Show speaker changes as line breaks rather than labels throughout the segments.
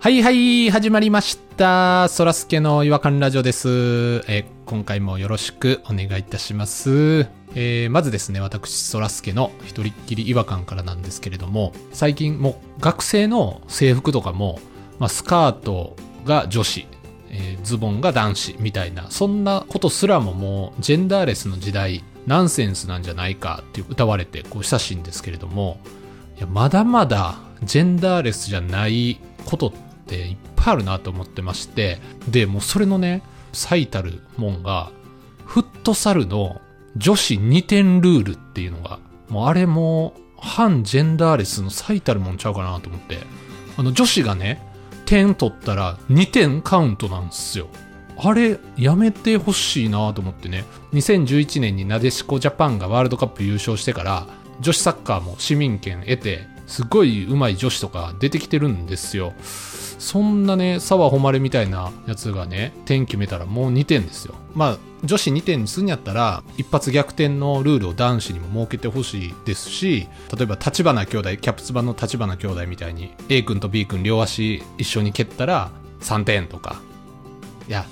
はいはい、始まりました。そらすけの違和感ラジオです。えー今回もよろしくお願いいたします。えーまずですね、私、そらすけの一人っきり違和感からなんですけれども、最近もう学生の制服とかも、まあ、スカートが女子、えーズボンが男子みたいな、そんなことすらももうジェンダーレスの時代、ナンセンスなんじゃないかって歌われて、こう親しいんですけれども、いやまだまだジェンダーレスじゃないことっていっぱいあるなと思ってましてでもうそれのね最たるもんがフットサルの女子2点ルールっていうのがもうあれも反ジェンダーレスの最たるもんちゃうかなと思ってあの女子がね点取ったら2点カウントなんですよあれやめてほしいなと思ってね2011年になでしこジャパンがワールドカップ優勝してから女子サッカーも市民権得てすごい上手い女子とか出てきてるんですよそんなね澤穂希みたいなやつがね点決めたらもう2点ですよまあ女子2点にするんやったら一発逆転のルールを男子にも設けてほしいですし例えば立花兄弟キャプツバの立花兄弟みたいに A 君と B 君両足一緒に蹴ったら3点とかいや、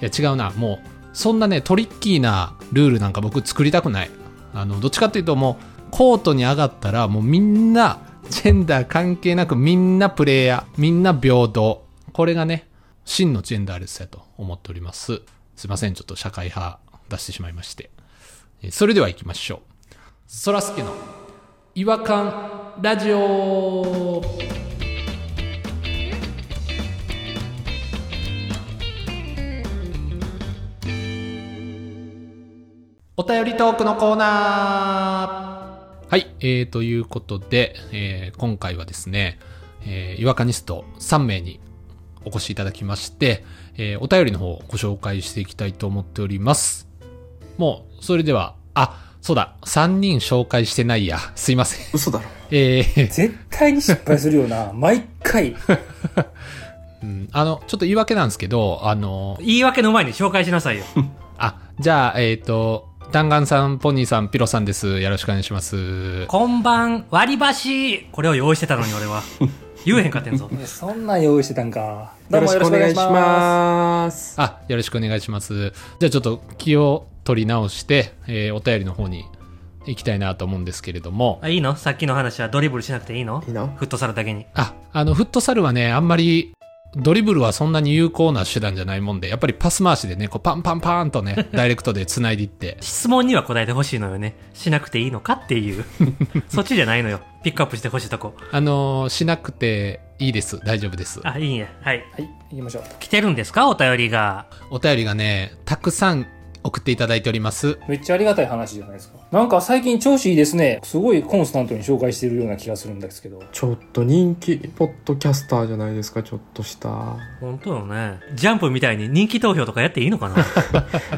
いや違うな。もう、そんなね、トリッキーなルールなんか僕作りたくない。あの、どっちかっていうともう、コートに上がったらもうみんな、ジェンダー関係なくみんなプレイヤー、みんな平等。これがね、真のジェンダーレスだと思っております。すいません、ちょっと社会派出してしまいまして。えーそれでは行きましょう。そらすけの違和感ラジオお便りトークのコーナーはい、えー、ということで、えー今回はですね、えー、違和感ニスト3名にお越しいただきまして、えーお便りの方をご紹介していきたいと思っております。もう、それでは、あ、そうだ、3人紹介してないや。すいません。
嘘だろ。
えー、
絶対に失敗する よな。毎回。
うんあの、ちょっと言い訳なんですけど、あの、
言い訳の前に紹介しなさ いよ。
あ、じゃあ、えっ、と、弾丸さん、ポニーさん、ピロさんです。よろしくお願いします。
こんばん、割り箸。これを用意してたのに俺は。言えへんかってんぞ。
そんなん用意してたんか。ど
よろ
うも
しくお
よろしくお
願
願
い
い
し
しま
ます。
あ、よろしくお願いします。じゃあちょっと気を取り直して、えーお便りの方に行きたいなと思うんですけれども、
あいいのさっきの話はドリブルしなくていいの
いいの
フットサルだけに。
あ、あの、フットサルはね、あんまり、ドリブルはそんなに有効な手段じゃないもんで、やっぱりパス回しでね、こうパンパンパーンとね、ダイレクトで繋いでいって、
質問には答えてほしいのよね。しなくていいのかっ ていう。そっちじゃないのよ。ピックアップしてほしいとこ。
あのーしなくていいです。大丈夫です。
あ、いいね。はい。
す。はい、行きましょう。
来てるんですかお便りが。
お便りがね、たくさん送っていただいております。
めっちゃありがたい話じゃないですか。なんか最近調子いいですね。すごいコンスタントに紹介してるような気がするんですけど。
ちょっと人気ポッドキャスターじゃないですか、ちょっとした。
本当よね。ジャンプみたいに人気投票とかやっていいの かな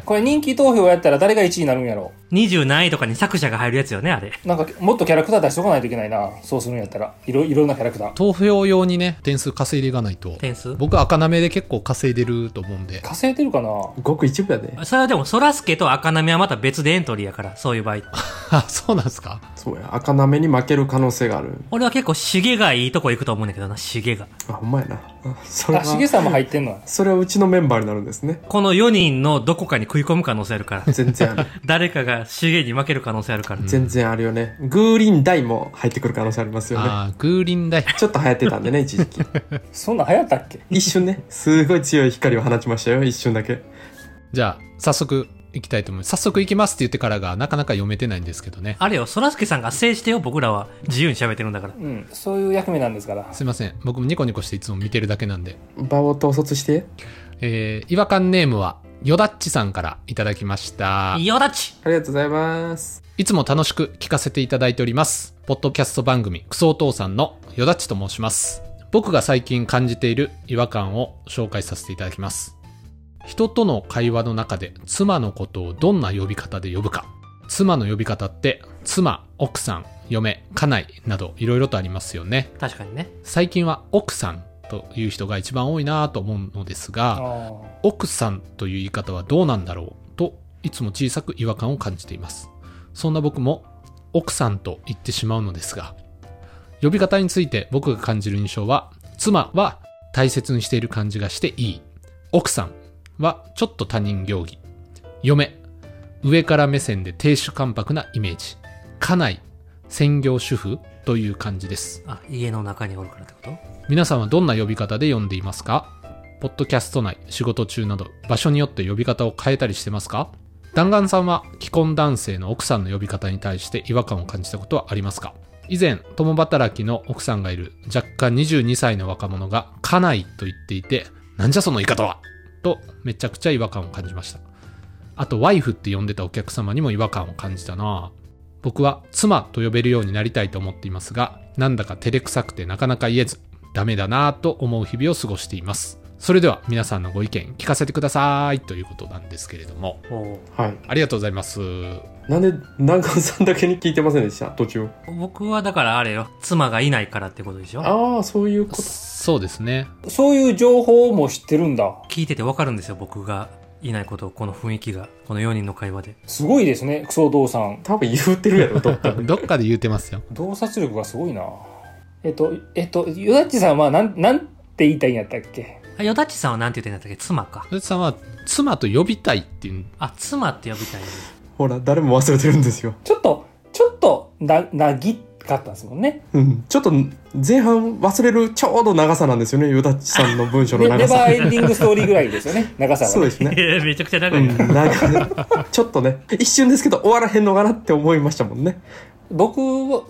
これ人気投票やったら誰が1位になるんやろ
?20 何位とかに作者が入るやつよね、あれ。
なんかもっとキャラクター出しとかないといけないな。そうするんやったら。いろ、いろんなキャラクター。
投票用にね、点数稼いでいかないと。
点数
僕、赤なめで結構稼いでると思うんで。
稼いでるかな
ごく一部やで。
それはでも、ソラスケと赤波はまた別でエントリーやから、そういう場合。
あ、そうなんですか
そうや、赤なめに負ける可能性がある。
俺は結構、シゲがいいとこ行くと思うんだけどな、シゲが。
あ、ほんまやな。あそれ
あ、しげ
は、
さんも入ってんの
それはうちのメンバーになるんですね。。
この4人のどこかに食い込む可能性あるか ら
全然 ある。
誰かがシゲに負ける可能性あるから。
全然あるよね。グーリンダイも入ってくる可能性ありますよね。
ああ、グーリンダイ。
ちょっと流行ってたんでね、一時期。
そんなん流行ったっけ
一瞬ね、すごい強い光を放ちましたよ、一瞬だけ。
じゃあ、早速行きたいと思います。早速行きますって言ってからが、なかなか読めてないんですけどね。
あれよ、そらすけさんが制してよ、僕らは。自由に喋ってるんだから。
うん。そういう役目なんですから。
すいません。僕もニコニコしていつも見てるだけなんで。
場を統率して。
えー、違和感ネームは、よだっちさんからいただきました。
よだち
ありがとうございます。
いつも楽しく聞かせていただいております。ポッドキャスト番組、クソお父さんのよだっちと申します。僕が最近感じている違和感を紹介させていただきます。人との会話の中で妻のことをどんな呼び方で呼ぶか。妻の呼び方って、妻、奥さん、嫁、家内などいろいろとありますよね。
確かにね。
最近は奥さんという人が一番多いなと思うのです
あ
が、
あ。
奥さんという言い方はどうなんだろうといつも小さく違和感を感じていますそんな僕も奥さんと言ってしまうのですが呼び方について僕が感じる印象は妻は大切にしている感じがしていい。奥さんはちょっと他人行儀。嫁、上から目線で亭主関白なイメージ。家内、専業主婦という感じです。
あ、家の中におるからってこと
皆さんはどんな呼び方で呼んでいますかポッドキャスト内、仕事中など、場所によって呼び方を変えたりしてますか弾丸さんは既婚男性の奥さんの呼び方に対して違和感を感じたことはありますか以前、共働きの奥さんがいる若干22歳の若者が家内と言っていて、なんじゃその言い方はとめちゃくちゃ違和感を感じました。あと、ワイフって呼んでたお客様にも違和感を感じたなぁ。僕は妻と呼べるようになりたいと思っていますが、なんだか照れくさくてなかなか言えず、ダメだなぁと思う日々を過ごしています。それでは皆さんのご意見聞かせてくださいということなんですけれども、
おう
はい。
ありがとうございます。
なんで、南関さんだけに聞いてませんでした途中。
僕はだからあれよ。妻がいないからってことでしょ
ああ、そういうこと。
そうですね。
そういう情報も知ってるんだ。
聞いててわかるんですよ、僕がいないことを、この雰囲気が。この4人の会話で。
すごいですね、クソお父さん。
多分言ってるやろ、どっかで。
どっかで言うてますよ。
洞察力がすごいな。えっと、えっと、ヨダッチさんはなん、なんて言いたいんやったっけ
あ、よだちさんはなんて言ってんだったっけ妻か。
ルツさんは妻と呼びたいっていう、
あ、妻って呼びたいね。
ほら、誰も忘れてるんですよ。
ちょっと、ちょっと、な、なぎかったんですもんね。
うん。ちょっと、前半忘れるちょうど長さなんですよね、ユダッチさんの文章
ね
の
ネバ
長さ。
ーエンディングストーリーぐらいですよ ね、長さ
そう
は、
で
ね。
すね。
い やめちゃくちゃ長
う
い。
ん、なんかね、ちょっとね、一瞬ですけど終わらへんのかなって思いましたもんね。
僕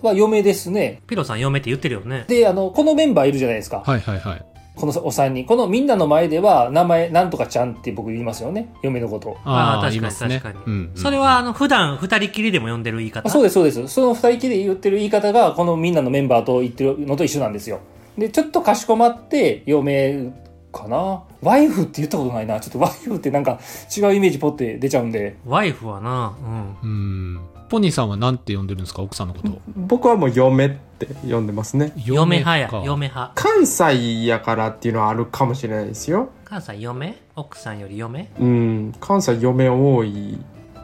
は嫁ですね。
ピロさん嫁って言ってるよね。
で、あの、このメンバーいるじゃないですか。
はいはいはい。
このお三人。このみんなの前では、名前、なんとかちゃんって僕言いますよね。嫁のことを。
ー
ああー、
言います
確かに確かに。
うんうんうん
それは、あの、普段二人きりでも呼んでる言い方。
あそうです、そうです。その二人きりで言ってる言い方が、このみんなのメンバーと言ってるのと一緒なんですよ。で、ちょっとかしこまって、嫁かな。ワイフって言ったことないな。ちょっとワイフってなんか違うイメージポって出ちゃうんで。
ワイフはな、うん。
うん。ポニーさんは何て呼んでるんですか奥さんのこと。
僕はもう嫁って呼んでますね。
嫁派や。
か
嫁派。
関西やからっていうのはあるかもしれないですよ。
母さん嫁奥さんより嫁
うん、関西嫁多い。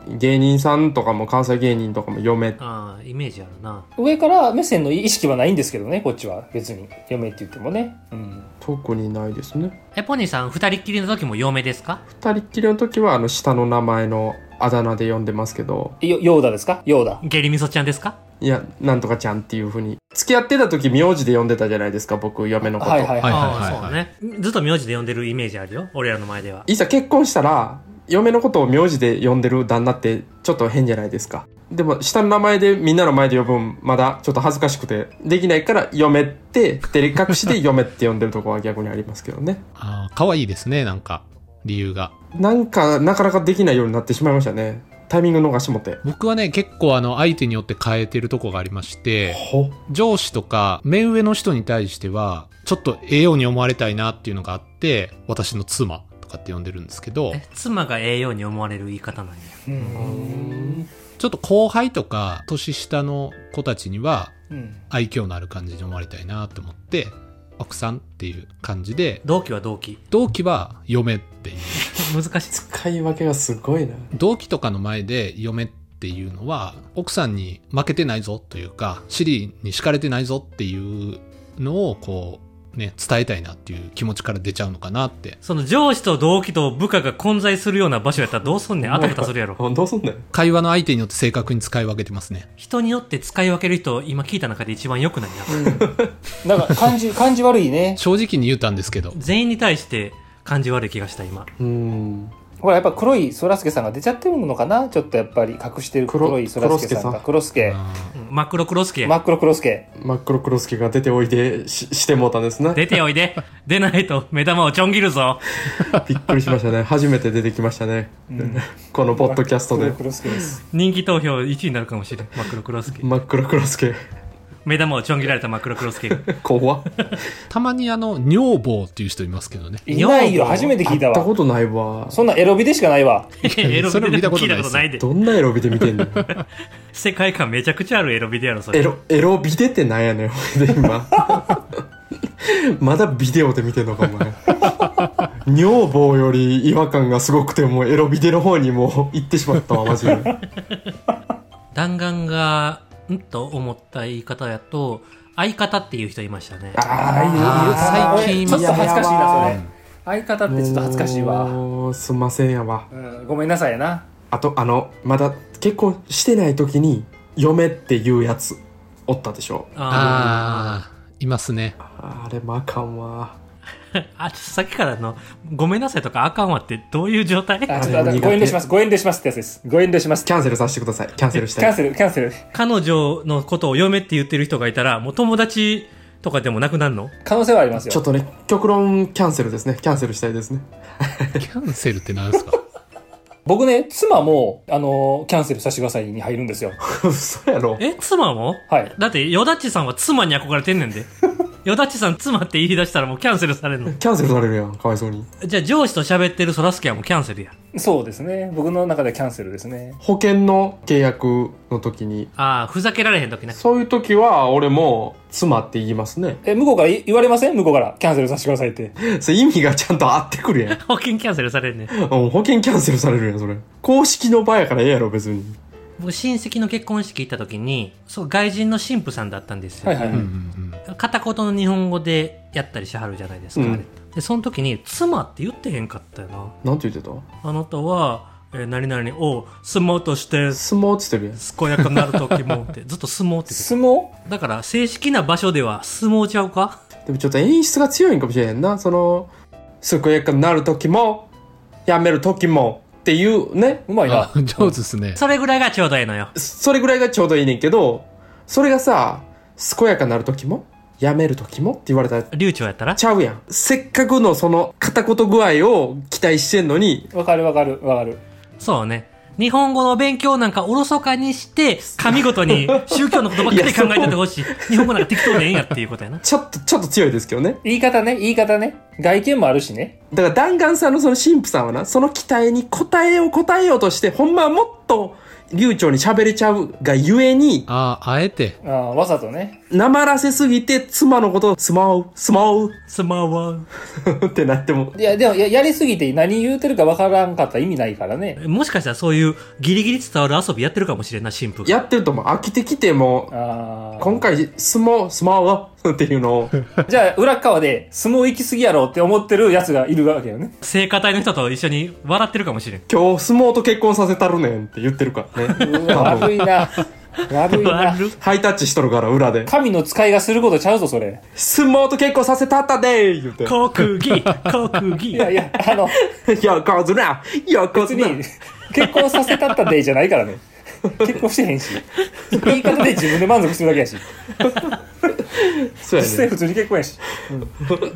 芸人さんとかも関西芸人とかも嫁。
ああ、イメージあるな。
上から目線の意識はないんですけどね、こっちは。別に。嫁って言ってもね。うん。
特にないですね。
え、ポニーさん二人きりの時も嫁ですか
二人っきりの時はあの下の名前のあだ名で呼んでますけど、
よ、ヨーダですかヨーダ。
ゲリみそちゃんですか
いや、なんとかちゃんっていう風に。付き合ってた時名字で呼んでたじゃないですか、僕、嫁のこと。
はいはい
は
はい
はい
い。
はい
ああそうね。ずっと名字で呼んでるイメージあるよ。俺らの前では。
いざ結婚したら、嫁のことを名字で呼んでる旦那ってちょっと変じゃないですか。でも、下の名前でみんなの前で呼ぶん、まだちょっと恥ずかしくて、できないから、嫁って、照れ隠し で嫁って呼んでるとこは逆にありますけどね。
ああ、可愛いですね、なんか、理由が。
なんか、なかなかできないようになってしまいましたね。タイミング逃してもって。
僕はね、結構あの、相手によって変えてるとこがありまして、
ほ
上司とか目上の人に対してはちょっとええように思われたいなっていうのがあって私の妻とかって呼んでるんですけど
え、妻がええように思われる言い方なんや。
うん。
ちょっと後輩とか年下の子たちには
うん。
愛嬌のある感じに思われたいなと思って奥さんっていう感じで
同期は同期。
同期は嫁っていう
難しい。
使い分けがすごいな。
同期とかの前で嫁っていうのは奥さんに負けてないぞというか尻に敷かれてないぞっていうのをこうね伝えたいなっていう気持ちから出ちゃうのかなって
その上司と同期と部下が混在するような場所やったらどうすんねん。あたふたする やろ。
どうすんだよ。
会話の相手によって正確に使い分けてますね。
人によって使い分ける人、今聞いた中で一番良くないな。
なんか感じ、 感じ悪いね。
正直に言うたんですけど。
全員に対して感じ悪い気がした、今。
うん。
ほら、やっぱ黒いそらすけさんが出ちゃってるのかなちょっとやっぱり隠してる黒いそらすけさんが。黒すけ。
あ
うん真っ黒黒助
真。っ黒黒すけ。
真っ黒黒助が出ておいでし、してもうたんですね。
出ておい で。出ないと目玉をちょん切るぞ。
びっくりしましたね。初めて出てきましたね。このポッドキャストで
黒。黒助です。
人気投票1位になるかもしれん。真っ黒黒助。
真っ黒黒助。
目玉をちょん切られた真っ黒 黒助が。
怖っ。
ーたまにあの、女房っていう人いますけどね。
いないよ、初めて聞いた
会った
わ。
ことないわ。
そんなエロビでしかないわ。
エロ
それも
ビデ
見た
オ
こと
聞い
な
た
いです
ことないで。
どんなエロビデ見てんの
世界観めちゃくちゃあるエロビデオやろ、それ。
エロ、エロビデってなんやねん、俺で今。まだビデオで見てんのか、お前。女房より違和感がすごくて、もうエロビデの方にもう行ってしまったわ、マジで。
弾丸が、んと思った言い方やと、相方っていう人いましたね。
あー
ああい
最近
うちょっと恥ずかしいなそ
いや
れ相方ってちょっと恥ずかしいわ、
もうすんませんやわ
うん、ごめんなさいやな
あとあのまだ結婚してない時に嫁っていうやつおったでしょ
あ
あ
あ、いますね。
あれもあかんわ
ーあ、ちょっとさっきからの、ごめんなさいとかあかんわってどういう状態
あちょっとあのご遠慮しますご遠慮しますってやつですご遠慮します
キャンセルさせてくださいキャンセルし
キ
た
ャ
い
ンセルキャンセル
彼女のことを嫁って言ってる人がいたら、もう友達とかでもなくなるの
可能性はありますよ
ちょっとね極論キャンセルですねキャンセルしたいですね
キャンセルって何ですか
僕ね妻もあのキャンセルさせてくださいに入るんですよ
嘘やろ
え、妻も
はい
だって、ヨダッチさんは妻に憧れてん ねんで。ヨダッチさん妻って言い出したらもうキャンセルされるの。
キャンセルされるやんかわいそうに
じゃあ上司と喋ってるソラスケはもうキャンセルや。
そうですね僕の中ではキャンセルですね
保険の契約の時に
ああ、ふざけられへん時ね。
そういう時は俺も妻って言いますね
え向こうからい言われません向こうからキャンセルさせてくださいって
それ意味がちゃんと合ってくるやん
保険キャンセルされるね。
うん保険キャンセルされるやんそれ公式の場やからええやろ別に
僕、親戚の結婚式行った時に、そう、外人の神父さんだったんですよ。
はいはいは
うん
い、
うんうん。
片言の日本語でやったりしはるじゃないですか、
うん
あれでその時に「妻」って言ってへんかったよな
なんて言ってた
あなたは、えー何々を相撲として
相撲っつってるやん
健やかになる時もってずっと相撲って言って
相撲
ただから正式な場所では相撲ちゃうか
でもちょっと演出が強いんかもしれへんなその健やかになる時もやめる時もっていうね
うまい
あ
な、
上手です ね。
それぐらいがちょうどいいのよ
それぐらいがちょうどいいねんけどそれがさ健やかになる時もやめる時もって言われたら
流暢やったら
ちゃうやんせっかくのその片言具合を期待してんのに
わかるわかるわかる
そうね日本語の勉強なんかおろそかにして神ごとに宗教のことばっかり考えててほしい日本語なんか適当でええんやっていうことやな
ちょっとちょっと強いですけどね
言い方ね言い方ね外見もあるしね
だから弾丸さんのその神父さんはな、その期待に応えよう応えようとして、ほんまはもっと流暢に喋れちゃうがゆえに、
ああ、あえて。
あーわざとね
なまらせすぎて妻のことをスマウ、スマウ
相撲は
ってなっても、
いやでもややりすぎて何言うてるかわからんかったら意味ないからね
もしかしたらそういうギリギリ伝わる遊びやってるかもしれんな神父が
やってるともう飽きてきても、
ああ
今回、スモ、スマウっていうのを、
じゃあ裏っ側で相撲行きすぎやろって思ってるやつがいるわけよね
聖歌隊の人と一緒に笑ってるかもしれん。
今日相撲と結婚させたるねんって言ってるからね。
うわ悪いな悪いな
悪っ
ハイタッチしとるから裏で。
神の使いがすることちゃうぞそれ
相撲と結婚させたったでー言って。
国技、国
い
技
や。いやあの
横綱横
別
綱
に結婚させたったでじゃないからね結婚してへんし言い方で自分で満足するだけやし
そう
実
や
際
ね。
普通に結婚やし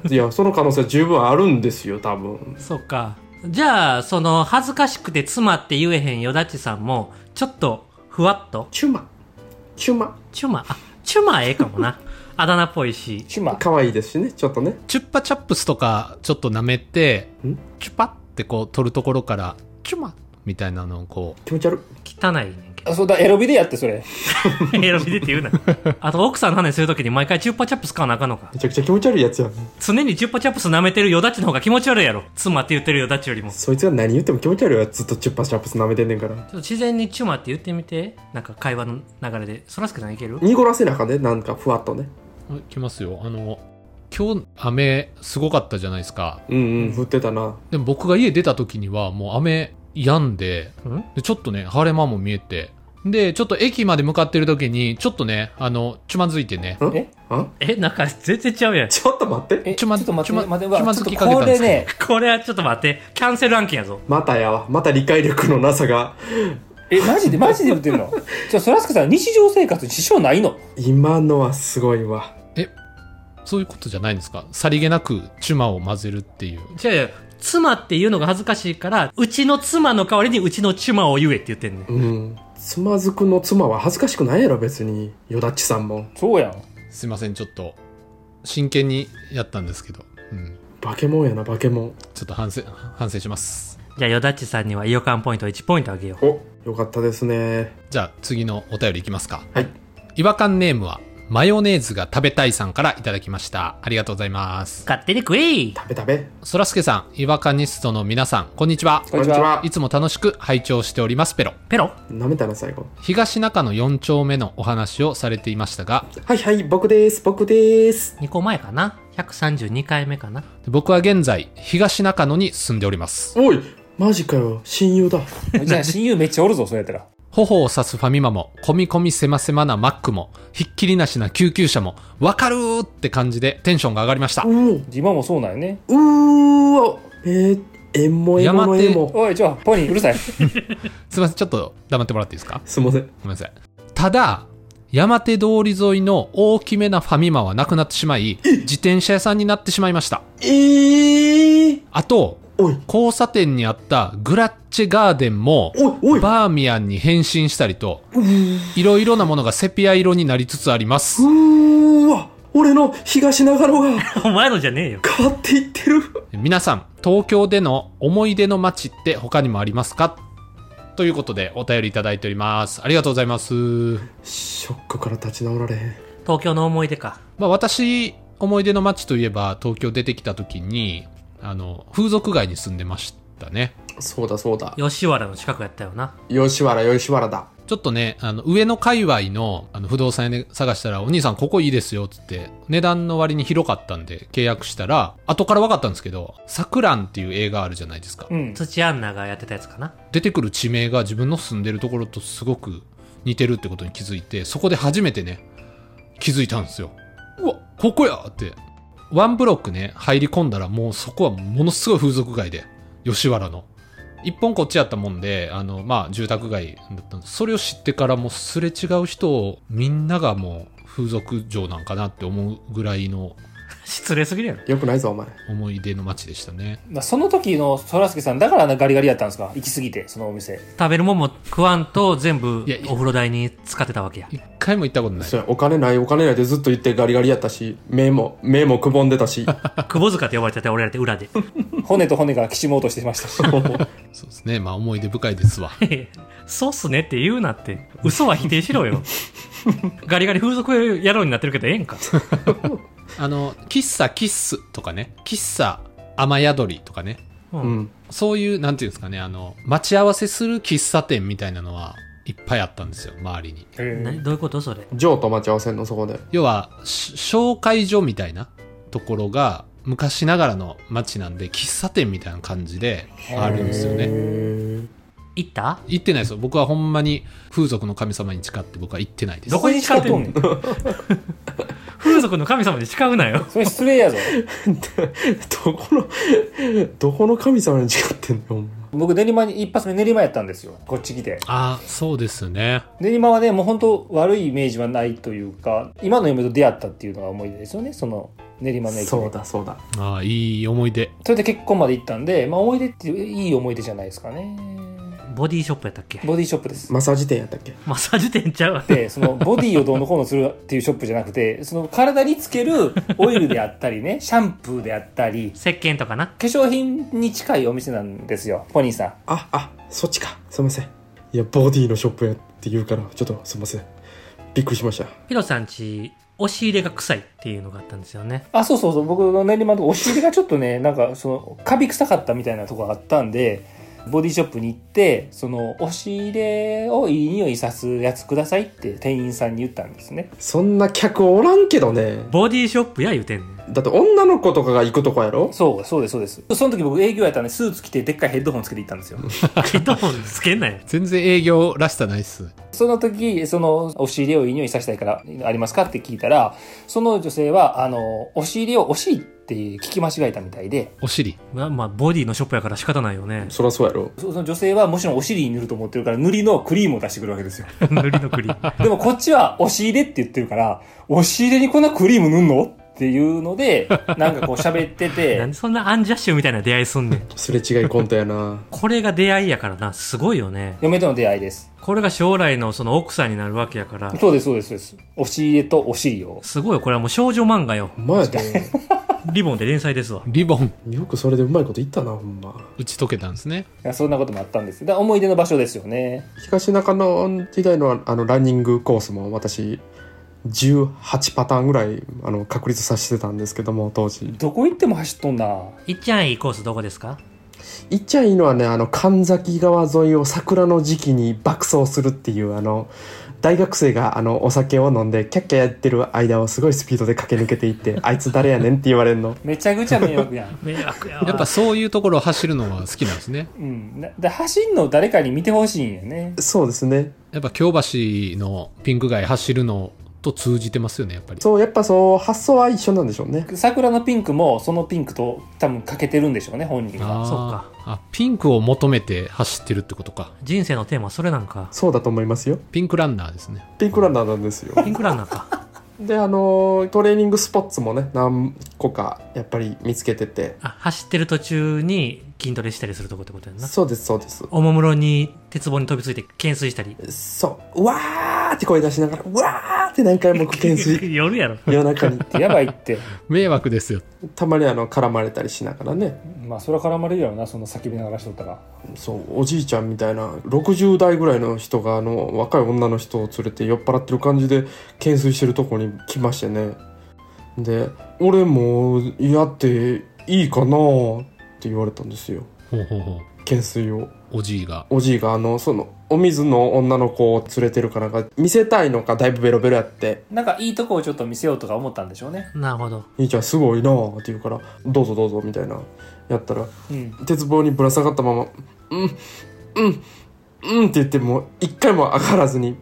いや、その可能性十分あるんですよ、多分。
そうか。じゃあ、その、恥ずかしくて妻って言えへんよだちさんも、ちょっと、ふわっと、
チュマ。チュマ。
チュマ、あ、チュマええかもな。あだ名っぽいし。
チュマ
可愛いですしね、ちょっとね。
チュッパチャップスとか、ちょっと舐めて
ん、
チュパってこう取るところから、チュマみたいなのをこ
気持ち悪い。
汚いねんけ
あそうだエロビでやってそれ
ど。エロビデって言うな。あと、奥さんの話するときに毎回チュッパチャップス買わなあかんのか。
めちゃくちゃ気持ち悪いやつやん。
常にチュッパチャップス舐めてるよだちの方が気持ち悪いやろ。妻って言ってるよだちよりも。ち
そいつが何言っても気持ち悪いやつずっとチュッパチャップス舐めてんねんから
ょ。っと自然にチュマって言ってみて。なんか会話の流れで。そらすけさんいける
濁らせなあかんね、なんかふわっとね。
う、あ来ますよ。あの、今日雨すごかったじゃないですか。
うんうん、降ってたな。
でも僕が家出た時にはもう雨止んで、
うん
でちょっとね、晴れ間も見えて、で、ちょっと駅まで向かってる時に、ちょっとね、あの、ちゅまずいてね、
ん
え
あ
え、なんか全然ちゃうやん。
ちょっと待って。
え
ちょま
ちょっと待って
ちょま
待ってうわ
ちょま
ちょっ
つ
と
きかけた
こ
んです
れ
けど
ね
これはちょっと待って。キャンセル案件やぞ。
またやわ。また理解力のなさが。
えマジでマジで言ってる のじゃあそらすけさん日常生活に支障ないの
今のはすごいわ。
そういうことじゃないんですか。さりげなくチュマを混ぜるっていう。
違う違う。妻っていうのが恥ずかしいから、うちの妻の代わりにうちのチュマを言えって言ってんねん。
うん。つまずくの妻は恥ずかしくないやろ、別に。よだっちさんも。
そうやん
すいません、ちょっと、真剣にやったんですけど、うん。
バケモンやな、バケモン。
ちょっと反省、反省します。
じゃあ、よだっちさんにはイオカンポイント1ポイントあげよう。
お、よかったですね。
じゃあ、次のお便りいきますか。
はい。
違和感ネームは、マヨネーズが食べたいさんからいただきました。ありがとうございます。
勝手に食えい
食べ食べ。
そらすけさん、違和感ニストの皆さん、こんにちは。。
こんにちはい
つも楽しく拝聴しております、ペロ。
ペロ
舐めたな、最後。
東中の4丁目のお話をされていましたが、
はいはい、僕です、僕です。
2個前かな132回目かな
僕は現在、東中野に住んでおります。
おい、マジかよ、親友だ。
じゃあ親友めっちゃおるぞ、それやったら。
頬を刺すファミマも、コミコミせませまなマックも、ひっきりなしな救急車も、わかるーって感じでテンションが上がりました。
おう、
今もそうなんよね。
うーわ、えー、えんもえんものえんも。
おい、ちょ、ポニー、うるさい。
すいません、ちょっと黙ってもらっていいですか
すいません。
ごめんなさい。ただ、山手通り沿いの大きめなファミマはなくなってしまい、自転車屋さんになってしまいました。
えー、
あと、
おい、
交差点にあったグラッチェガーデンも、
おい、おい、
バーミヤンに変身したりと、
うー
いろいろなものがセピア色になりつつあります。
うーわ、俺の東長野が
お前のじゃねえよ。
変わっていってる。
皆さん、東京での思い出の街って他にもありますかということでお便りいただいております。ありがとうございます。
ショックから立ち直られへん。
東京の思い出か。
まあ私、思い出の街といえば東京出てきた時に、あの、風俗街に住んでましたね。
そうだそうだ。
吉原の近くやったよな。
吉原、吉原だ。
ちょっとね、あの、上の界隈の、あの、不動産屋で探したら、お兄さんここいいですよ、つって、値段の割に広かったんで契約したら、後から分かったんですけど、桜ンっていう映画あるじゃないですか
う。ん。
土屋アンナがやってたやつかな。
出てくる地名が自分の住んでるところとすごく似てるってことに気づいてそこで初めてね気づいたんですようわここやってワンブロックね入り込んだらもうそこはものすごい風俗街で吉原の一本こっちやったもんであのまあ住宅街だったんですそれを知ってからもうすれ違う人をみんながもう風俗嬢なんかなって思うぐらいの
失礼すぎるやろ。
よくないぞ、お前。
思い出の街でしたね
まあその時のそらすけさん、だからあんなガリガリやったんですか行き過ぎて、そのお店。
食べるもんも食わんと全部
いやいや
お風呂代に使ってたわけや。
一回も行ったことない
それお金ない、お金ないってずっと言ってガリガリやったし、目も、目もくぼんでた し。
窪塚って呼ばれてたよ、俺らって裏で。
骨と骨がきしもうとしてましたし。
そうですねまあ思い出深いですわ
そうっすねって言うなって。嘘は否定しろよ。 ガリガリ風俗野郎になってるけどええんか。
あの、喫茶キッスとかね、喫茶雨宿りとかね、
う。
うんん。
そういう、なんていうんですかね、あの、待ち合わせする喫茶店みたいなのはいっぱいあったんですよ、周りに。
な
え
どういうことそれ。
ジョーと待ち合わせんの、そこで。
要は、し紹介所みたいなところが、昔ながらの街なんで、喫茶店みたいな感じであるんですよね。
ね。
行った
行ってないですよ。僕はほんまに風俗の神様に誓って僕は行ってないです
ど。こに誓ってんねん。風俗の神様に誓うなよ。
それ失礼やぞ。
どこの、どこの神様に誓ってんの、ほんま
僕、練馬に、一発目練馬やったんですよ。こっち来て。
ああ、そうですね。
練馬はね、もう本当悪いイメージはないというか、今の嫁と出会ったっていうのが思い出ですよね。その、練馬の駅で。
そうだ、そうだ。
ああ、いい思い出。
それで結婚まで行ったんで、まあ思い出っていういい思い出じゃないですかね。
ボディショップやったっけ
ボディショップです。
マッサージ店やったっけ
マッサージ店ちゃうわ。
で、そのボディをどうのこうのするっていうショップじゃなくて、その体につけるオイルであったりね、シャンプーであったり、
石鹸とかな。
化粧品に近いお店なんですよ、ポニーさん。
あ、あ、そっちか。すいません。いや、ボディのショップやって言うから、ちょっとすいません。びっくりしました。
ピロさんち、押し入れが臭いっていうのがあったんですよね。
あ、そうそうそう、僕の練馬のとこお尻がちょっとね、なんかその、カビ臭かったみたいなとこがあったんで、ボディショップに行って、その、押し入れをいい匂いさすやつくださいって店員さんに言ったんですね。
そんな客おらんけどね。
ボディショップや言うてんねん。
だって女の子とかが行くとこやろ
そう、そうです、そうです。その時僕営業やったんで、スーツ着てでっかいヘッドホンつけて行ったんですよ。
ヘッドホンつけんなよ。
全然営業らしさないっす。
その時、その、押し入れをいい匂いさせたいから、ありますかって聞いたら、その女性は、あの、押し入れを惜しいって聞き間違えたみたいで、
お尻。
まあ、まあ、ボディのショップやから仕方ないよね。
そらそうやろ。
そその女性はもちろんお尻に塗ると思ってるから、塗りのクリームを出してくるわけ ですよ。
塗りのクリーム。
でもこっちは押し入れって言ってるから、押し入れにこんなクリーム塗んのっていうので、なんかこう喋って
な
て
んで、そんなアンジャッシュみたいな出会いすんねん。
すれ違いコントやな。
これが出会いやからな。すごいよね。
嫁との出会いです。
これが将来のその奥さんになるわけやから。
そうです、そうです、そうです。押し入れとお尻を。
すごいよ、これはもう少女漫画よ。
ほんまやで。
リボンで連載ですわ。
リボン、
よくそれでうまいこと言ったな、ほんま。
打ち解けたんですね。
そんなこともあったんです。だから思い出の場所ですよね。
東中野時代のあのランニングコースも私18パターンぐらいあの確立させてたんですけども当時
どこ行っても走っとんな。
いっちゃんいいコースどこですか
いっちゃいいのはねあの神崎川沿いを桜の時期に爆走するっていうあの大学生があのお酒を飲んでキャッキャやってる間をすごいスピードで駆け抜けていってあいつ誰やねんって言われるの
めちゃくちゃ迷惑やん。
迷惑やわ
やっぱそういうところを走るのは好きなんですね。
うん。なで、走んのを誰かに見てほしいんやね。
そうですね
やっぱ京橋のピンク街走るのと通じてますよね、やっぱり。
そうやっぱそう発想は一緒なんでしょうね
桜のピンクもそのピンクと多分欠けてるんでしょうね、本人が。
あー
そっか
あ、ピンクを求めて走ってるってことか。
人生のテーマはそれなんか
そうだと思いますよ
ピンクランナーですね。
ピンクランナーなんですよ
ピンクランナーか
であのトレーニングスポッツもね何個かやっぱり見つけてて
あ走ってる途中に筋トレしたりするとこってことやんな
そうですそうです
おもむろに鉄棒に飛びついて懸垂したり
そううわーって声出しながらうわーって何回も懸垂
夜やろ
夜中に
やばいって。
迷惑ですよ。
たまにあの絡まれたりしながらね
まあ、それは絡まれるやろな、その叫びながらしとったら。
そうおじいちゃんみたいな60代ぐらいの人があの若い女の人を連れて酔っ払ってる感じで懸垂してるとこに来ましてねで「俺もやっていいかな?」って言われたんですよ
ほうほうほ
懸垂を
う。おじいが。
おじいがあのそのお水の女の子を連れてるからか見せたいのかだいぶベロベロやって
なんかいいとこをちょっと見せようとか思ったんでしょうね。
なるほど
「兄ちゃんすごいな」って言うから「どうぞどうぞ」みたいなやったら
うん。
鉄棒にぶら下がったまま「うんうんうん」って言ってもう一回も上がらずに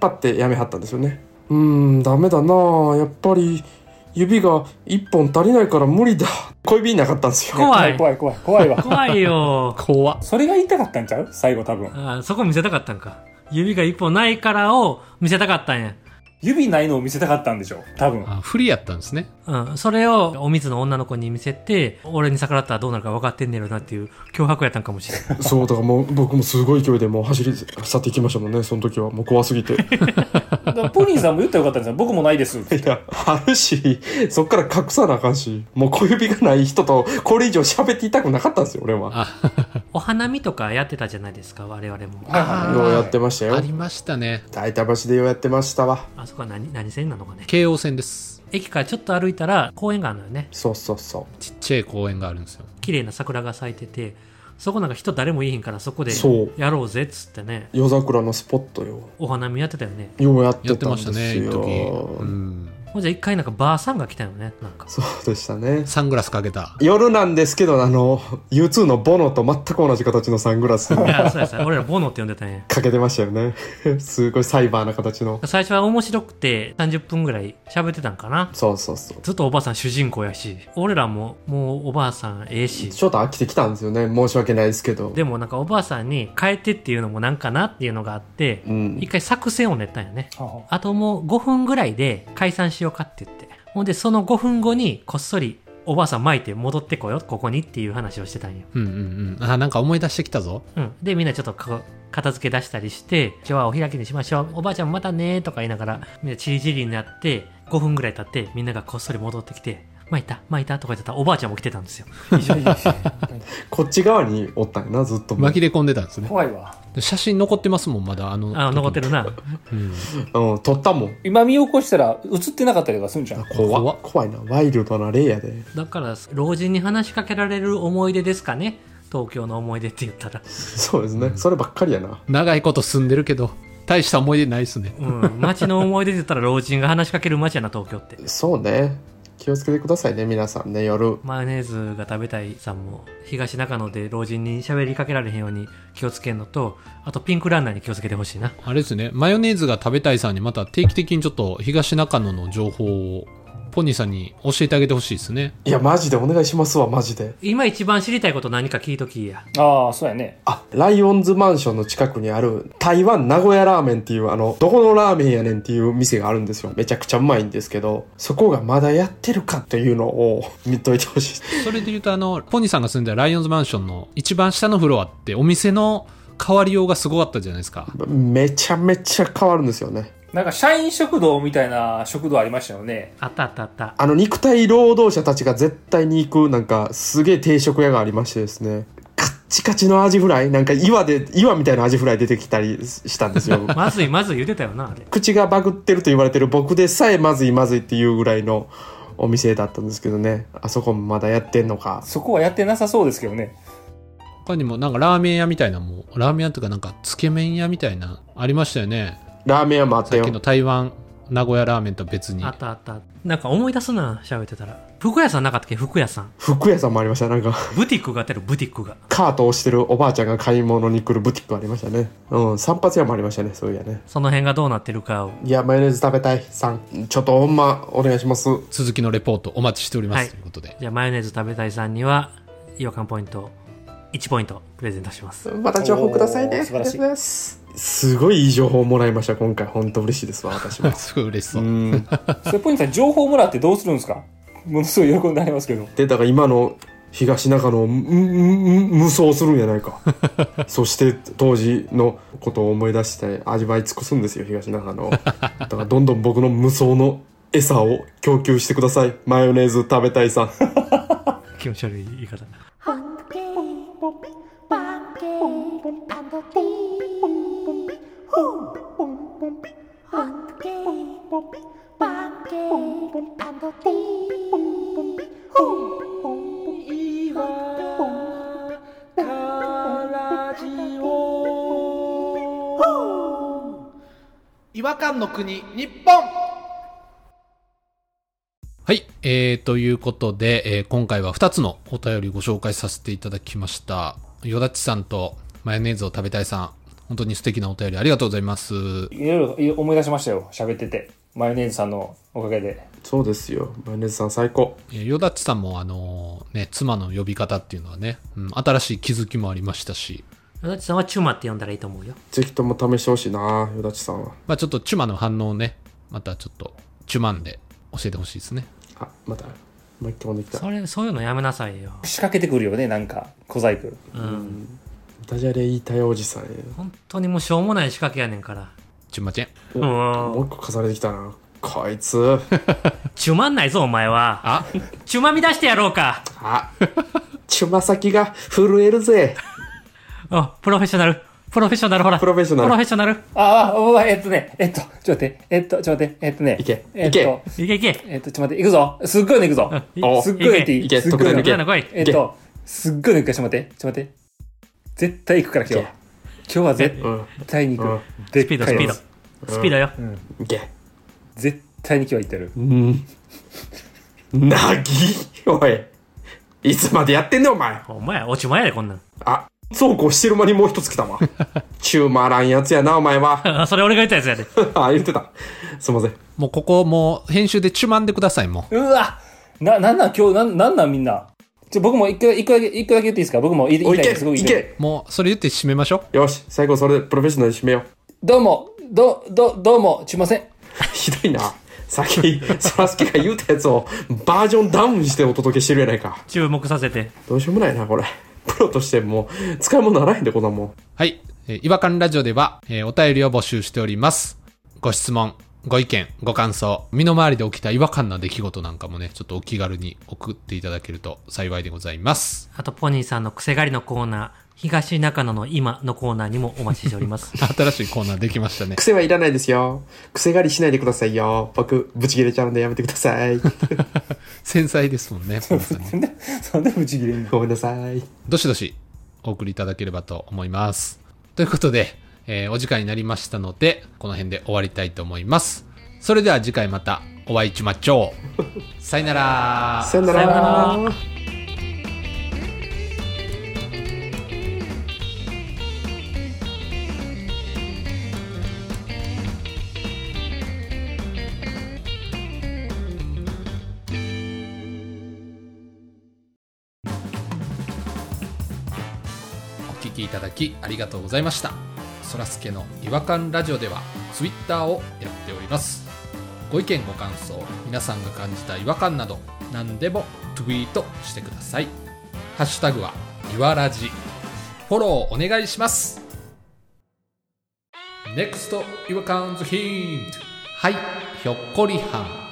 パッてやめはったんですよねうーんダメだなあやっぱり指が一本足りないから無理だ小指なかったんです よ
怖い
怖い怖い怖いわ。
怖いよ
怖っ。
それが言いたかったんちゃう最後多分。
あそこ見せたかったんか指が一本ないからを見せたかったんや
指ないのを見せたかったんでしょう多分。
あ、不利やったんですね。
うん、それをお水の女の子に見せて俺に逆らったらどうなるか分かってんねやろなっていう脅迫やったんかもしれ ない
そうだからもう僕もすごい勢いでもう走り去っていきましたもんねその時はもう怖すぎてい
だからポニーさんも言ったらよかったんですよ。僕もないですって。
や あるしそっから隠さなあかんしもう小指がない人とこれ以上喋っていたくなかったんですよ俺は
あ、
お花見とかやってたじゃないですか我々も
はいはい
あー
ようやってました
あ
よ
りましたね。
大田橋でようやってましたわ
あそこは何何線なのかね
京王線です。
駅からちょっと歩いたら公園があるのよね
そうそうそう
ちっちゃい公園があるんですよ。
綺麗な桜が咲いててそこなんか人誰もいいへんからそこで
そう
やろうぜっつってね
夜桜のスポットよ
お花見やってたよね
ようやって
やって
たん
ま
で
した
す
ね、一
よ、
時。うん。
ほんじゃ一回なんかばあさんが来たよねなんか
そうでしたね
サングラスかけた。
夜なんですけどあの U2 のボノと全く同じ形のサングラス
い
か
や そうやそうや俺らボノって呼んでたんや
けてましたよねすごいサイバーな形の
最初は面白くて30分ぐらい喋ってたんかな
そうそうそう
ずっとおばあさん主人公やし俺らももうおばあさんええし
ちょっと飽きてきたんですよね申し訳ないですけど
でもなんかおばあさんに変えてっていうのもなんかなっていうのがあって
うん
一回作戦を練ったんよね
はは
あともう5分ぐらいで解散しようかって言って。ほんで、その5分後にこっそりおばあさん巻いて戻ってこよう、ここにっていう話をしてたんよ。
うんうんうん。あ、なんか思い出してきたぞ。
うん。で、みんなちょっとか片付け出したりして、今日はお開きにしましょう。おばあちゃんまたねーとか言いながら、みんなチリチリになって、5分ぐらい経って、みんながこっそり戻ってきて、巻いた巻いたとか言ってたらおばあちゃんも来てたんですよ。一緒に
こっち側におったんやなずっともう
紛れ込んでたんですね。
怖いわ。
写真残ってますもん、まだ。あの、
あ、残ってるな。
うん。
うん撮ったもん
今見起こしたら映ってなかったりとかするんじゃん。
怖
怖
っ
っ
怖いなワイルドな例やで
だから、老人に話しかけられる思い出ですかね。東京の思い出って言ったら。
そうですね、そればっかりやな
長いこと住んでるけど、大した思い出ないですね。
うん。街の思い出って言ったら老人が話しかける街やな、東京って。
そうね気をつけてくださいね皆さんね夜
マヨネーズが食べたいさんも東中野で老人に喋りかけられへんように気をつけんのとあとピンクランナーに気をつけてほしいな
あれですね、マヨネーズが食べたいさんにまた定期的にちょっと東中野の情報をポニーさんに教えてあげてほしいですね。
いやマジでお願いしますわマジで
今一番知りたいこと何か聞いときや
ああ、そうやね。
あ、ライオンズマンションの近くにある台湾名古屋ラーメンっていうあの、どこのラーメンやねんっていう店があるんですよ。めちゃくちゃうまいんですけど、そこがまだやってるかっていうのを 見といてほしい。
それで言うと、あの、ポニーさんが住んでるライオンズマンションの一番下のフロアってお店の変わりようがすごかったじゃないですか。
めちゃめちゃ変わるんですよね。
なんか社員食堂みたいな食堂ありましたよね。
あったあったあった
あの、肉体労働者たちが絶対に行くなんか、すげえ定食屋がありましてですね、カッチカチのアジフライなんか岩で岩みたいなアジフライ出てきたりしたんですよ
まずいまずい言うてたよなあれ
口がバグってると言われてる僕でさえまずいまずいっていうぐらいのお店だったんですけどねあそこもまだやってんのか
そこはやってなさそうですけどね
他にもなんかラーメン屋みたいなのもラーメン屋とかなんかつけ麺屋みたいなありましたよね
ラーメン屋もあった
さっ
よ
きの台湾名古屋ラーメンと別に
あったあったなんか思い出すな喋ってたら服屋さんなかったっけ服屋さん
服屋さんもありましたなんか
ブティックがあったよブティックが
カートを押してるおばあちゃんが買い物に来るブティックありましたねうん散髪屋もありましたねそういやね
その辺がどうなってるかを
いやマヨネーズ食べたいさんちょっとほんまお願いします
続きのレポートお待ちしております、
はい
ということで
じゃあマヨネーズ食べたいさんには違和感ポイント1ポイントプレゼントします
また情報くださいね
おー素晴らしい
ありがとうござますすごいいい情報もらいました今回本当嬉しいですわ私 は
すごい嬉しそうう、
ん
それポニーさん情報もらってどうするんですかものすごい喜んでありますけど
でだから今の東中野をむむむ無双するんじゃないかそして当時のことを思い出して味わい尽くすんですよ東中野をだからどんどん僕の無双の餌を供給してくださいマヨネーズ食べたいさん
気持ち悪い言い方
Hunky,
違和感の国日本
はい、えー、ということで、えー今回は2つのお便りご紹介させていただきましたよだちさんとマヨネーズを食べたいさん本当に素敵なお便りありがとうございます
いろいろ思い出しましたよ喋っててマヨネーズさんのおかげで
そうですよマヨネーズさん最高
えーよだちさんもあのーね妻の呼び方っていうのはね、うん、新しい気づきもありましたし
野立さんはチュマって呼んだらいいと思うよ
ぜひとも試してほしいなよだちさんは
まあちょっとチュマの反応をねまたちょっとチュマンで教えてほしいですね
あまたもう一回飛んできた
それそういうのやめなさいよ
仕掛けてくるよねなんか小細工
うん
ダジャレ言いたいおじさんや
本当にもうしょうもない仕掛けやねんから
チュマチェン
う
も
ん
う一個重ねてきたなこいつ
チュマんないぞお前は
あ
チュマみ出してやろうか
あつま先が震えるぜ
あプロフェッショナルプロフェッショナルほら
プロフェッショナル
プロフェッショナル
ああおおえっとねえっとちょっと待ってえっとちょっと待ってえっとね
いけ
えっ
い
と
け
いけいけ
えっとちょっと待って行くぞすっごいの行くぞ
い
お
すっごいの行ってい
いけ
すっごいの
特
い
段
行
抜
け
け
け
の来い
えっとすっごいの行くからちょっと待ってちょっと待って絶対行くから今日
いけ
今日は絶
うん
対に行
うん
くで
スピ
っ
ード
か
スピ
い
ー
の
ドスピードよ
いけ
絶対に今日は行ってる
うん。なぎおい。いつまでやってんねん、お前。
お前落ち前やでこんなん
あ、そうこうしてる間にもう一つ来たわ。チューマーらんやつやな、お前は。
あそれ俺が言ったやつやで
あ、言ってた。すいません。
もうここもう編集でチュマンでくださいもう
うわな、なんなん今日、なん、なんなんみんな。ちょ、僕も一回、一回だけ、一個だけ言っていいですか僕も言い
おい、
た
い
い
け
です。ごく言
い
いたい。
け
もうそれ言って締めましょう
よし、最後それでプロフェッショナルで締めよ
どうも、ど、ど、どうも、ちません。
う。 ひどいな。さっき、そらすけが言うたやつをバージョンダウンしてお届けしてるやないか。
注目させて
どうしようもないな、これ。プロとしてもう使い物ならへんで、こんなもん。
はい。えー違和感ラジオでは、えーお便りを募集しております。ご質問、ご意見、ご感想、身の回りで起きた違和感な出来事なんかもね、ちょっとお気軽に送っていただけると幸いでございます。
あとポニーさんの癖狩りのコーナー東中野の今のコーナーにもお待ちしております
新しいコーナーできましたね。
癖はいらないですよ。癖狩りしないでくださいよ。僕、ブチ切れちゃうんでやめてください。
繊細ですもんね、本当に。
そんな無事切れんの。
ごめんなさい。
どしどしお送りいただければと思います。ということで、えーお時間になりましたので、この辺で終わりたいと思います。それでは次回またお会いしましょう。さよなら。
さよな
さよな
ら
ら。
お聞きいただきありがとうございましたそらすけの違和感ラジオではツイッターをやっておりますご意見ご感想皆さんが感じた違和感など何でもツイートしてくださいハッシュタグはいわらじフォローお願いします NEXT 違和感ズヒントはいひょっこりはん